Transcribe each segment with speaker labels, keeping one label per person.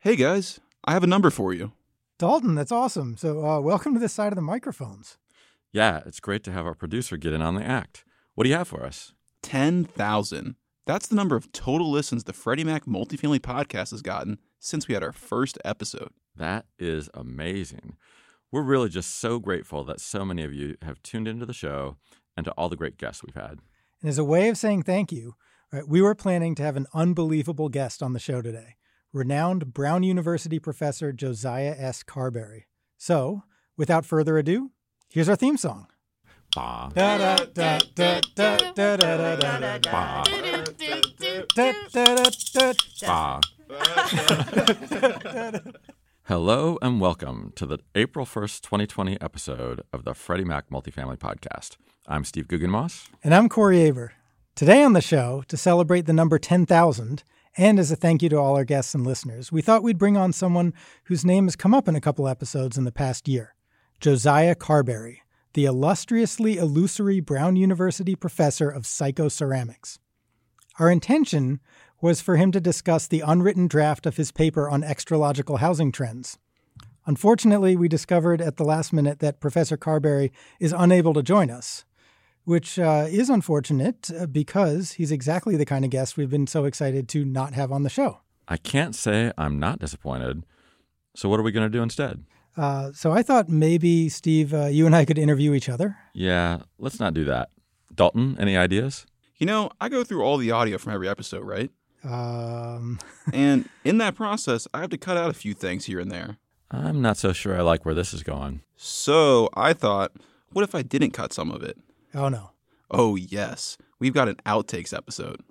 Speaker 1: Hey guys, I have a number for you.
Speaker 2: Dalton, that's awesome. So, uh, welcome to this side of the microphones.
Speaker 3: Yeah, it's great to have our producer get in on the act. What do you have for us?
Speaker 1: 10,000. That's the number of total listens the Freddie Mac Multifamily Podcast has gotten since we had our first episode.
Speaker 3: That is amazing. We're really just so grateful that so many of you have tuned into the show and to all the great guests we've had.
Speaker 2: And as a way of saying thank you, right, we were planning to have an unbelievable guest on the show today renowned Brown University professor Josiah S. Carberry. So, without further ado, here's our theme song.
Speaker 3: Bah.
Speaker 2: Da-da-da-da-da-da-da-da-da. Da-da-da-da.
Speaker 3: Bah. Hello and welcome to the April 1st, 2020 episode of the Freddie Mac Multifamily Podcast. I'm Steve Guggenmoss.
Speaker 2: And I'm Corey Aber. Today on the show, to celebrate the number 10,000, and as a thank you to all our guests and listeners, we thought we'd bring on someone whose name has come up in a couple episodes in the past year Josiah Carberry, the illustriously illusory Brown University professor of psychoceramics. Our intention was for him to discuss the unwritten draft of his paper on extralogical housing trends. Unfortunately, we discovered at the last minute that Professor Carberry is unable to join us, which uh, is unfortunate uh, because he's exactly the kind of guest we've been so excited to not have on the show.
Speaker 3: I can't say I'm not disappointed. So, what are we going to do instead?
Speaker 2: Uh, so I thought maybe, Steve, uh, you and I could interview each other.
Speaker 3: Yeah, let's not do that. Dalton, any ideas?
Speaker 1: You know, I go through all the audio from every episode, right?
Speaker 2: Um,
Speaker 1: and in that process, I have to cut out a few things here and there.
Speaker 3: I'm not so sure I like where this is going.
Speaker 1: So I thought, what if I didn't cut some of it?
Speaker 2: oh, no.
Speaker 1: Oh, yes, we've got an outtakes episode.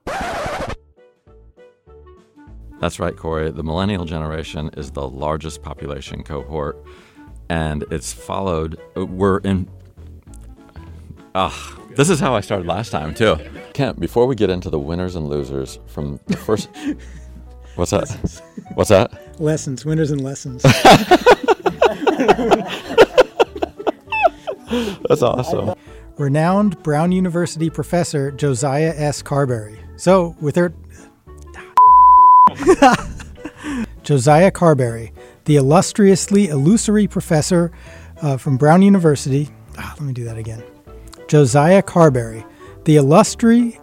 Speaker 3: That's right, Corey. The millennial generation is the largest population cohort, and it's followed. We're in. Ah, this is how I started last time too. Kent, before we get into the winners and losers from the first, what's that? What's that?
Speaker 2: Lessons, winners and lessons.
Speaker 3: That's awesome.
Speaker 2: Renowned Brown University professor Josiah S. Carberry. So, with her. Josiah Carberry, the illustriously illusory professor uh, from Brown University. Ah, let me do that again. Josiah Carberry, the illustri.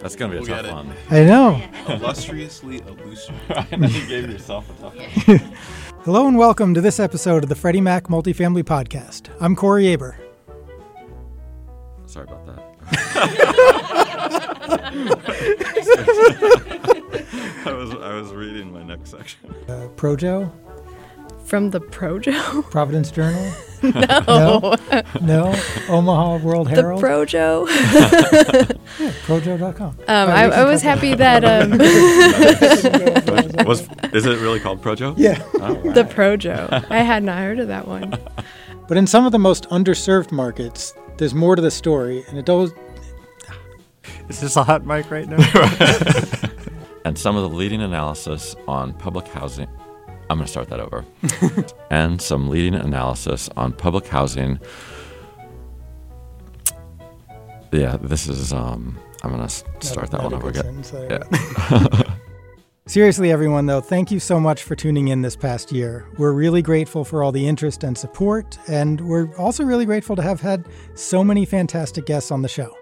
Speaker 3: That's gonna be a
Speaker 1: get
Speaker 3: tough
Speaker 1: it.
Speaker 3: one.
Speaker 2: I know.
Speaker 1: Illustriously elusive.
Speaker 3: you gave yourself a tough one.
Speaker 2: Hello and welcome to this episode of the Freddie Mac Multifamily Podcast. I'm Corey Aber.
Speaker 3: Sorry about that. I was I was reading my next section.
Speaker 2: Uh, Projo,
Speaker 4: From the Projo?
Speaker 2: Providence Journal. no. no, Omaha World
Speaker 4: the
Speaker 2: Herald,
Speaker 4: Projo?
Speaker 2: Projo.com.
Speaker 4: Um, I, I was happy that um,
Speaker 3: Was is it really called Projo?
Speaker 2: Yeah.
Speaker 4: the Projo. I had not heard of that one.
Speaker 2: But in some of the most underserved markets, there's more to the story, and it does.
Speaker 5: Is this a hot mic right now?
Speaker 3: and some of the leading analysis on public housing. I'm going to start that over. and some leading analysis on public housing. Yeah, this is. Um, I'm going to start that one over again. Yeah.
Speaker 2: Seriously, everyone, though, thank you so much for tuning in this past year. We're really grateful for all the interest and support, and we're also really grateful to have had so many fantastic guests on the show.